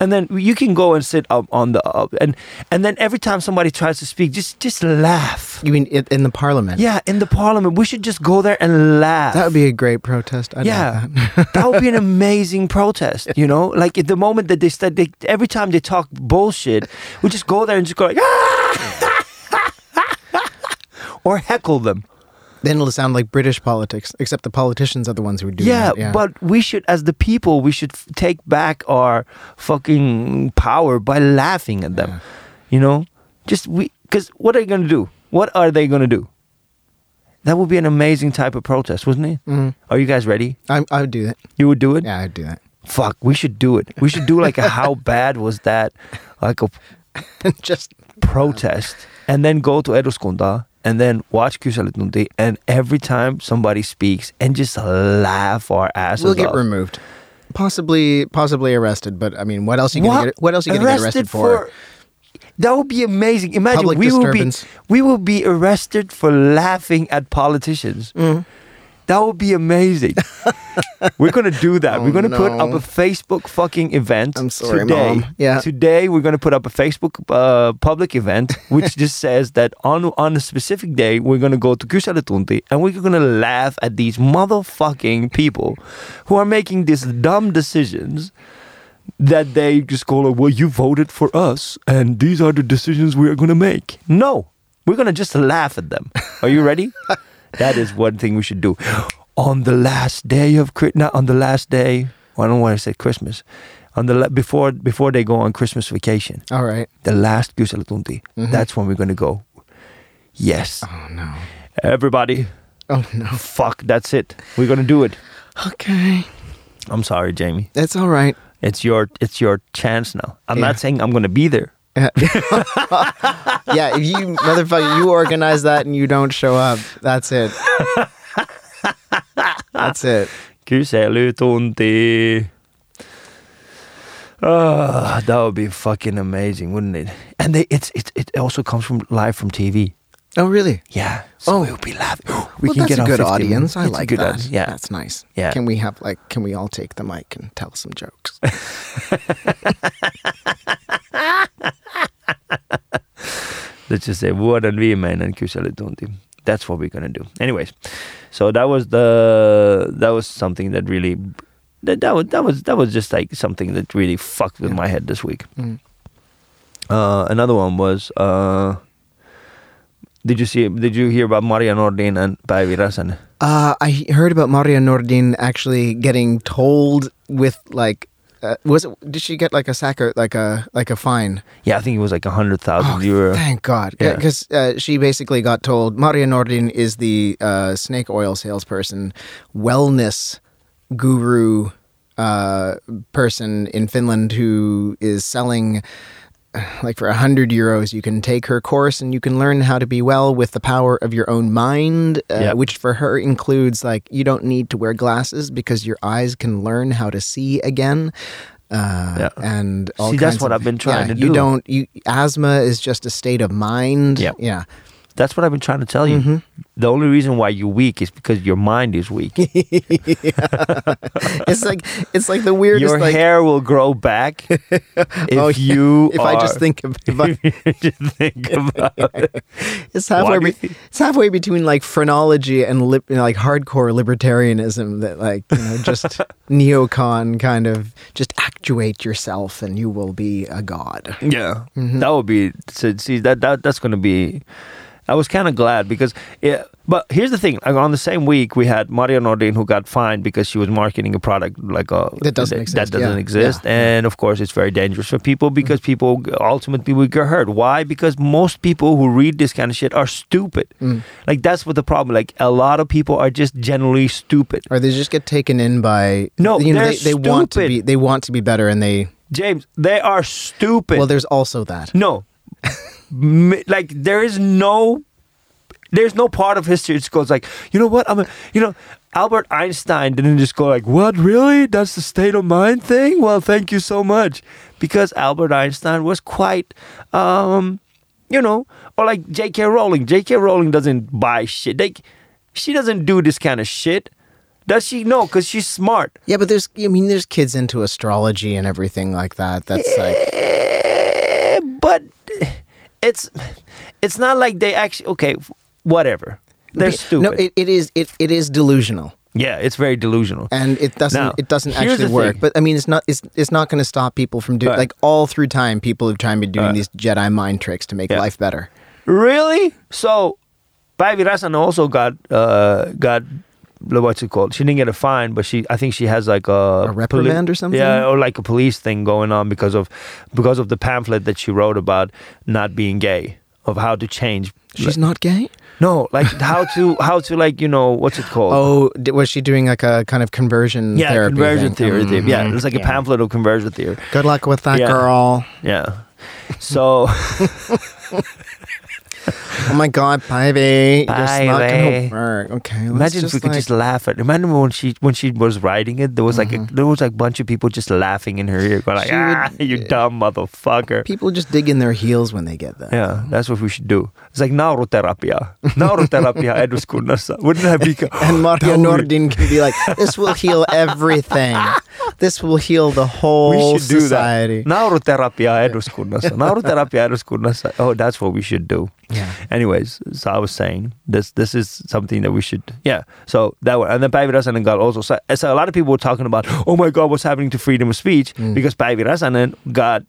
And then you can go and sit up on the up and and then every time somebody tries to speak, just just laugh.
You mean it, in the parliament?
Yeah, in the parliament, we should just go there and laugh.
That would be a great protest. I'd yeah.
yeah,
Like that.
that would be an amazing protest. You know, like at the moment that they start, they, every time they talk bullshit, we just go there and just go like, "Ah!" or heckle them.
Then it'll sound like British politics, except the politicians are the ones who do
Yeah,
that. Yeah,
but we should, as the people, we should f- take back our fucking power by laughing at them. You know, just we, because what are you gonna do? What are they gonna do? That would be an amazing type of protest, wouldn't it?
Mhm.
Are you guys ready?
I, I would do that.
You would do it.
Yeah, I'd do that.
Fuck, we should do it. We should do like a how bad was that, like a
Just
protest, and then go to Eduskunta and then watch Kyselytunti, and every time somebody speaks, and just laugh our asses
we'll get
off.
removed, possibly, possibly arrested. But I mean, what else you gonna
What?
get? What else you gonna get arrested for?
That would be amazing. Imagine
Public
we will be
disturbance.
we will be arrested for laughing at politicians.
Mm.
That would be amazing. we're gonna do that.
Oh,
we're gonna put
no.
up a Facebook fucking event
I'm sorry,
today.
Mom. Yeah.
Today we're gonna put up a Facebook uh, public event, which just says that on on a specific day we're gonna go to Kyselytunti and we're gonna laugh at these motherfucking people who are making these dumb decisions that they just go like, well, you voted for us, and these are the decisions we are going to make. No, we're going to just laugh at them. Are you ready? that is one thing we should do. On the last day of Chri- not on the last day. I don't want to say Christmas. On the la- before before they go on Christmas vacation,
All right.
the last Gusalatunti. That's when we're going to go. Yes,
Oh no.
everybody.
Oh no.
Fuck, that's it. We're going to do it.
Okay.
I'm sorry, Jamie.
That's all right.
It's your it's your chance now. I'm
Yeah.
not saying I'm gonna be there.
yeah, if you motherfucker, you organize that and you don't show up, that's it. that's it.
Kyselytunti. Ah, that would be fucking amazing, wouldn't it? And they, it's it it also comes from live from TV.
Oh, really?
Yeah. So
Oh.
we'll be live.
well, that's a
our
good
50
audience. I
It's a
like
good
that.
audience, Yeah.
that's nice.
Yeah.
Can we have like? Can we all take the mic and tell some jokes?
Let's just say vuoden viimeinen kyselytunti. That's what we're gonna do. Anyways, so that was the that was something that really that that was that was that was just like something that really fucked with my head this week.
Mm.
Uh, another one was uh, did you see did you hear about Maria Nordin and Päivi Räsänen?
Uh, I heard about Maria Nordin actually getting told with like, uh, was it? Did she get like a sack or like a like a fine?
Yeah, I think it was like a hundred
Oh,
thousand euro.
thank God,
Yeah.
because uh, she basically got told Maria Nordin is the uh, snake oil salesperson, wellness guru uh, person in Finland who is selling. uh, Like for a hundred euros, you can take her course and you can learn how to be well with the power of your own mind, uh,
Yeah.
which for her includes like you don't need to wear glasses because your eyes can learn how to see again. Uh,
Yeah.
And all
See, that's
kinds
what
of-
I've been trying
yeah,
to
You
do.
don't. You asthma is just a state of mind.
Yeah.
Yeah.
That's what I've been trying to tell you.
Mm-hmm.
The only reason why you're weak is because your mind is weak.
It's like it's like the weirdest.
your
like,
hair will grow back if
Oh, yeah.
you
If I just
are-
think of, if I,
if you just think about it.
it's
Why
halfway.
do
be-
you think-
it's halfway between like phrenology and lib, you know, like hardcore libertarianism that like you know just neocon kind of just actuate yourself and you will be a god.
Yeah,
Mm-hmm.
that would be. So see that that that's gonna be. I was kind of glad because yeah. But here's the thing: like on the same week, we had Maria Nordin who got fined because she was marketing a product like a
That doesn't exist,
That doesn't
yeah,
exist,
yeah. Mm-hmm.
and of course, it's very dangerous for people because people ultimately will get hurt. Why? Because most people who read this kind of shit are stupid.
Mm.
Like that's what the problem. Like a lot of people are just generally stupid.
Or they just get taken in by
No,
You know,
they're
they, they want to
stupid.
be. They want to be better, and they.
James, they are stupid.
Well, there's also that.
No, M- like there is no, there's no part of history. It just goes like, you know what? I'm, a, you know, Albert Einstein didn't just go like, what really? That's the state of mind thing. Well, thank you so much, because Albert Einstein was quite, um, you know, or like J.K. Rowling. J.K. Rowling doesn't buy shit. Like, she doesn't do this kind of shit. Does she? No, because she's smart.
Yeah, but there's I mean there's kids into astrology and everything like that. That's like
Eh, but it's it's not like they actually okay f- whatever they're stupid
No, it, it is it, it is delusional.
yeah it's very delusional
And it doesn't
Now,
it doesn't
here's
actually
the
work.
thing.
But I mean it's not it's it's not gonna stop people from doing
Right.
like all through time people have tried to be doing these Jedi mind tricks to make
Yeah.
life better.
really so Päivi Räsänen also got uh got what's it called she didn't get a fine but she I think she has like a,
A reprimand or something?
yeah or like a police thing going on because of because of the pamphlet that she wrote about not being gay of how to change
She's not gay?
no like how to how to like you know what's it called
Oh, d- was she doing like a kind of conversion
yeah
therapy?
conversion
thing?
theory,
Mhm.
yeah it's like a pamphlet of conversion theory
Good luck with that
Yeah.
girl.
Yeah. So
Oh my god, Pivey. You're just not gonna
Päivi.
work. Okay. let's
imagine if we could
like-
just laugh at. Imagine when she when she was writing it, there was like a, there was like bunch of people just laughing in her ear, going like,
Mm-hmm. She would-
"Ah, you dumb motherfucker."
people just dig in their heels when they get that.
yeah, that's what we should do. It's like nauruterapiaa. Nauruterapiaa eduskunnassa. Wouldn't that be co-
And Maria
That would-
Nordin can be like, this will heal everything. This will heal the whole
We should do
society.
that. Nauruterapiaa eduskunnassa. Nauruterapiaa eduskunnassa. Oh, that's what we should do.
Yeah.
Anyways, so I was saying this this is something that we should yeah. So that one and then Päivi Räsänen got also so, so a lot of people were talking about oh my god what's happening to freedom of speech
Mm.
because Päivi Räsänen got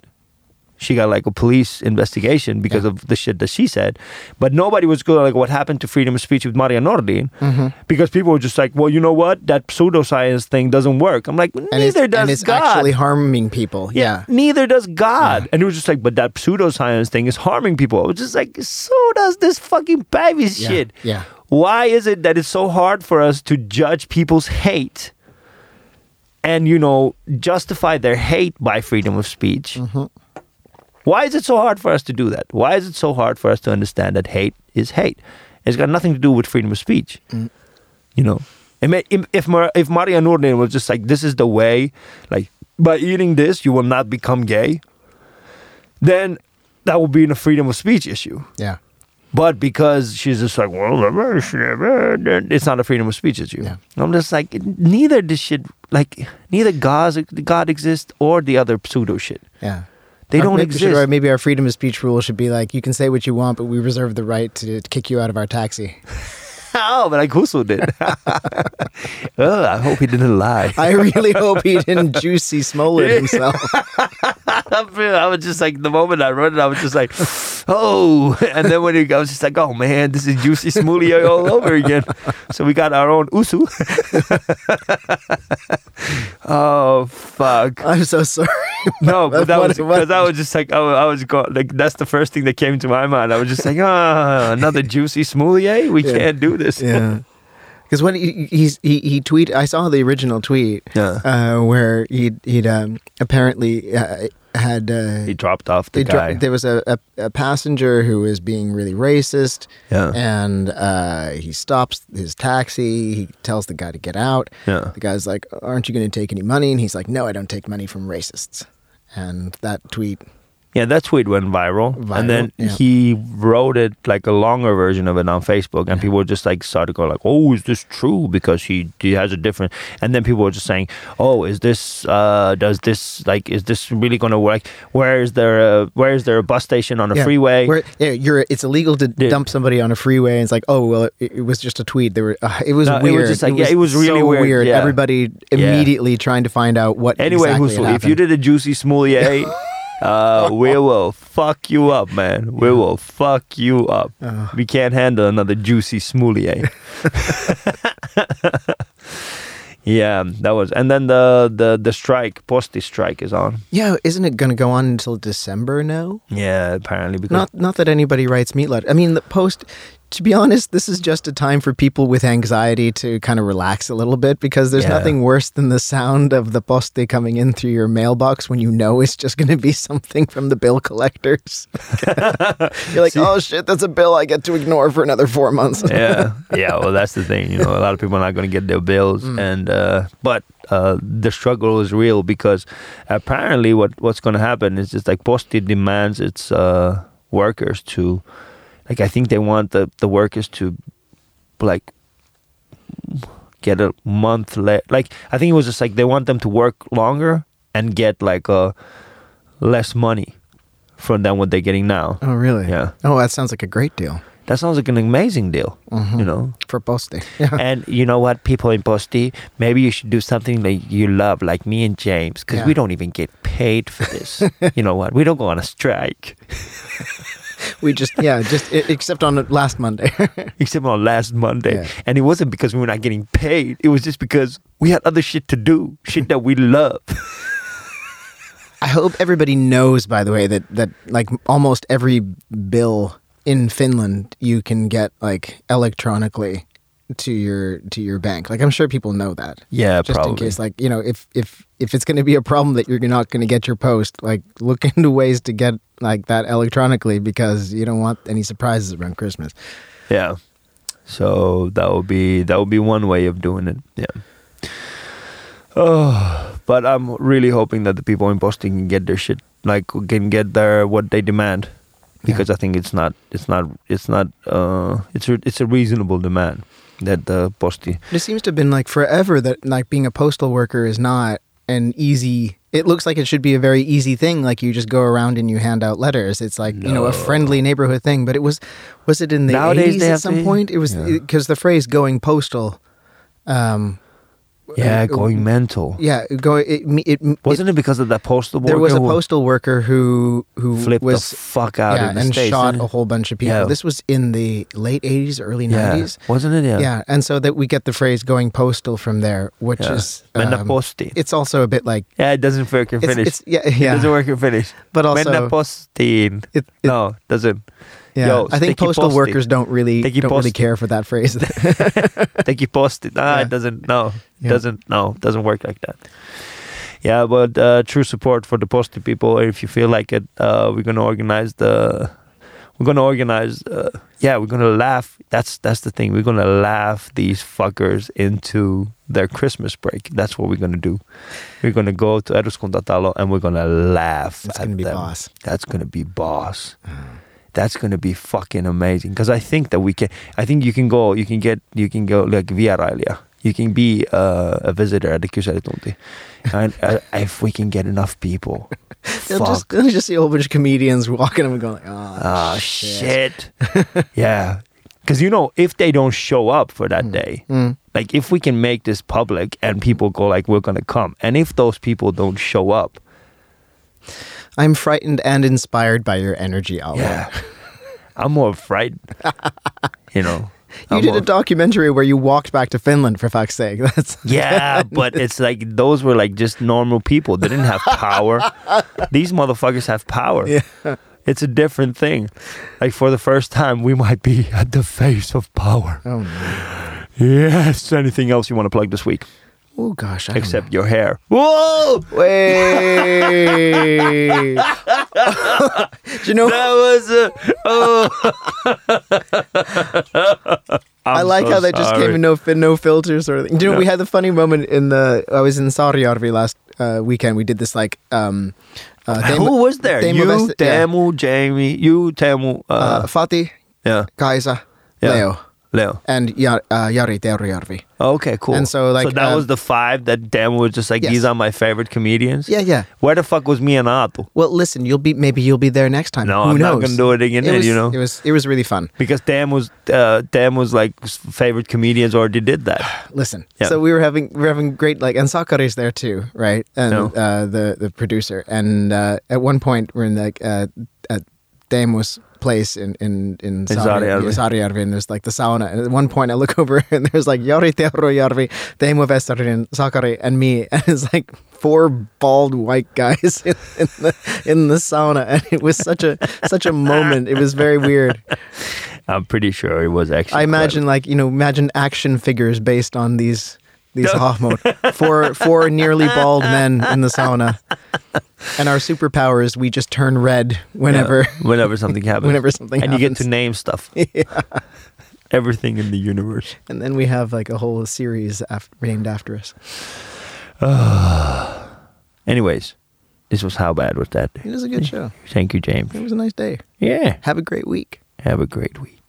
she got like a police investigation because
Yeah.
of the shit that she said, but nobody was going like what happened to freedom of speech with Maria Nordin
Mm-hmm.
because people were just like well you know what that pseudoscience thing doesn't work. I'm like
And
neither
it's,
does
and it's
God.
actually harming people. Yeah.
Neither does God. And it was just like, but that pseudoscience thing is harming people. I was just like, so does this fucking baby
Yeah.
shit.
Yeah.
Why is it that it's so hard for us to judge people's hate and you know justify their hate by freedom of speech.
Mm-hmm.
Why is it so hard for us to do that? Why is it so hard for us to understand that hate is hate? It's got nothing to do with freedom of speech.
Mm.
You know, I mean, if if, Mar- if Maria Norden was just like, "This is the way," like by eating this, you will not become gay, then that would be a freedom of speech issue.
Yeah.
But because she's just like, well, it's not a freedom of speech issue.
Yeah.
I'm just like, neither this shit, like, neither God's, God exists or the other pseudo shit.
Yeah.
They
Or
don't
maybe we should-
exist.
or maybe our freedom of speech rule should be like, you can say what you want, but we reserve the right to kick you out of our taxi.
How? But like, Husu did. oh, I hope he didn't lie.
I really hope he didn't juicy Smollett himself.
I, feel- I was just like, the moment I read it, I was just like, oh. And then when he, I was just like, oh man, this is Juicy Smoothie all over again. So we got our own Usu. oh, fuck.
I'm so sorry.
No, but
That's
that
what
was
it was.
because I was just like I, wa- I was going like that's the first thing that came to my mind. I was just like, ah, another juicy smoothie. eh? We
Yeah.
can't do this.
yeah. Because when he, he's, he he tweet, I saw the original tweet
Yeah.
uh, where he'd he'd um, apparently uh, had uh,
He dropped off the
they dro-
guy.
there was a, a, a passenger who was being really racist,
Yeah.
and uh, he stops his taxi. He tells the guy to get out.
Yeah.
The guy's like, "Aren't you going to take any money?" And he's like, "No, I don't take money from racists." And that tweet,
yeah, that tweet went viral, and then
Viral, yeah.
he wrote it like a longer version of it on Facebook, and people just like started going like, "Oh, is this true?" Because he he has a different, and then people were just saying, "Oh, is this uh does this like is this really going to work? Where is there a where is there a bus station on a
Yeah.
freeway?"
Where, yeah, you're. It's illegal to
Dude.
dump somebody on a freeway. And it's like, oh well, it, it was just a tweet. There were. Uh, it was
No, it was
weird.
just like- yeah, it was really
so
weird, yeah.
Everybody immediately trying to find out what.
Anyway,
exactly
Husu, if you did a juicy smoothie, uh, we will fuck you up, man. We will fuck you up. We can't handle another juicy smoothie. eh? yeah, that was. And then the the the strike, posty strike, is on.
yeah, isn't it going to go on until December now?
Yeah, apparently because
Not not that anybody writes meat letter. I mean, the post. To be honest, this is just a time for people with anxiety to kind of relax a little bit because there's
Yeah.
nothing worse than the sound of the poste coming in through your mailbox when you know it's just going to be something from the bill collectors. You're like, oh shit, that's a bill I get to ignore for another four months.
yeah, yeah. Well, that's the thing. You know, a lot of people are not going to get their bills, and uh, but uh, the struggle is real because apparently, what what's going to happen is just like Posti demands its uh, workers to, like, I think they want the the workers to, like, get a month le- Like, I think it was just like they want them to work longer and get like uh, less money from than what they're getting now.
Oh really?
Yeah.
Oh, that sounds like a great deal
That sounds like an amazing deal. You know
for poste. Yeah.
and you know what, people in Posti, maybe you should do something that you love, like me and James, because we
Yeah.
don't even get paid for this. you know what? We don't go on a strike,
we just yeah, just e- except on last Monday.
except on last Monday.
Yeah.
And it wasn't because we were not getting paid, it was just because we had other shit to do, shit that we love.
I hope everybody knows, by the way, that that like almost every bill in Finland you can get like electronically to your to your bank. Like I'm sure people know that.
Yeah,
Just in
Uh, probably.
case, like you know, if if if it's going to be a problem that you're not going to get your post, like look into ways to get like that electronically because you don't want any surprises around Christmas.
Yeah. So that would be that would be one way of doing it. Yeah. Oh, but I'm really hoping that the people in Boston can get their shit, like can get their what they demand, because I think it's not, it's not, it's not, uh, it's a, it's a reasonable demand that the uh, Posti.
It seems to have been like forever that like being a postal worker is not an easy. It looks like it should be a very easy thing. Like you just go around and you hand out letters. It's like you know a friendly neighborhood thing. But it was was it in the
Nowadays
eighties
they
at
have
some
to-
point? It was because the phrase "going postal," um,
Yeah,
uh,
going mental.
yeah, go. It, me- it, it
Wasn't it because of that postal worker?
there was a
who
postal worker who who
flipped
was
the fuck out
yeah,
in the
and
States,
shot
didn't
a
it?
whole bunch of people.
Yeah.
This was in the late eighties, early
Yeah,
nineties.
wasn't it? Yeah,
Yeah, and so that we get the phrase "going postal" from there, which
Yeah.
is
Mennä postiin.
It's also a bit like
Yeah, it doesn't work in
um, it's,
Finnish.
it's yeah,
It
yeah.
doesn't work in Finnish.
But also,
Mennä postiin.
it, it,
no, doesn't.
Yeah,
Yo,
I think
sticky
postal
posti.
workers don't really
Sticky
don't really
posti.
care for that phrase.
Thank you, post it. Nah,
Yeah.
it doesn't. No,
Yeah.
doesn't. No, doesn't work like that. Yeah, but uh, true support for the posted people. If you feel like it, uh, we're gonna organize the. We're gonna organize. Uh, yeah, we're gonna laugh. That's that's the thing. We're gonna laugh these fuckers into their Christmas break. That's what we're gonna do. We're gonna go to Eruskundatalo and we're gonna laugh.
It's
at
gonna be
them.
boss.
That's gonna be boss that's going to be fucking amazing because I think that we can. I think you can go. You can get. You can go like via Railia. You can be uh, a visitor at the Kusaritunti. and uh, if we can get enough people,
They'll
fuck.
just, they'll just see a whole bunch of comedians walking and going, oh,
Ah, shit. yeah, because you know if they don't show up for
Mm.
that day, like if we can make this public and people go like we're gonna come, and if those people don't show up,
I'm frightened and inspired by your energy, Alwa.
yeah, I'm more frightened. you know,
You
I'm
did
more
a documentary where you walked back to Finland for fuck's sake. That's
Yeah, but it's like those were like just normal people. They didn't have power. These motherfuckers have power. It's a different thing. Like for the first time, we might be at the face of power.
oh no.
Yes. Anything else you want to plug this week?
Oh gosh, I don't
Except your hair. Whoa!
know. Wait. Do you know?
That was a, oh.
i like how they just came in no fi- no filters or anything. Do you know we
Yeah.
had the funny moment in the I was in Saarjärvi last uh, weekend. We did this like um. Uh, Teemu-
Who was there?
Teemu
you,
Vest- yeah.
Tamu, Jamie. You, Tamu. Uh,
uh, Fatih,
yeah.
Kaisa,
Yeah.
Leo,
Leo.
and Yar- uh, Yari Teurujärvi.
Okay, cool.
And so, like,
so that
um,
was the five that Dan was just like,
Yes.
these are my favorite comedians.
Yeah, yeah.
Where the fuck was me and Otto?
Well, listen, you'll be maybe you'll be there next time.
No,
Who
I'm not
knows?
gonna do it again,
It was,
you know?
it was it was really fun.
Because Dan was uh, Dan was like s- favorite comedians already did that.
Listen,
Yeah.
so we were having we were having great like and Sakari's there too, right? And
No.
uh, the the producer. And uh, at one point we're in like uh, at Daimos place in in in, Saari-
Saarijärvi.
yeah, Saarijärvi, and there's like the sauna. And at one point I look over and there's like Yari Teurujärvi, Teemu Vesterinen, Sakari, and me, and it's like. Four bald white guys in, in the in the sauna, and it was such a such a moment. It was very weird.
I'm pretty sure it was actually.
I imagine like you know, imagine action figures based on these these Hoffmode. Four four nearly bald men in the sauna, and our superpower is we just turn red whenever.
clever. Yeah, whenever something happens.
Whenever something
and you get to
happens.
name stuff. Everything in the universe.
And then we have like a whole series af- named after us.
Anyways, this was how bad was that?
It was a good show.
Thank you, James.
It was a nice day.
Yeah.
Have a great week.
Have a great week.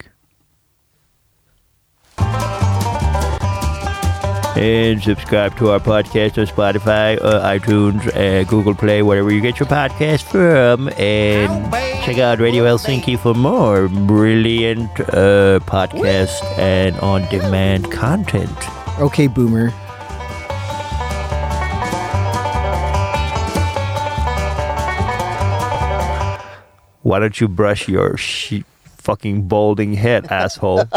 And subscribe to our podcast on Spotify, uh, iTunes, uh, Google Play, wherever you get your podcast from. And check out Radio Helsinki for more brilliant uh, podcast and on demand content.
Okay, boomer.
Why don't you brush your she- fucking balding head, asshole?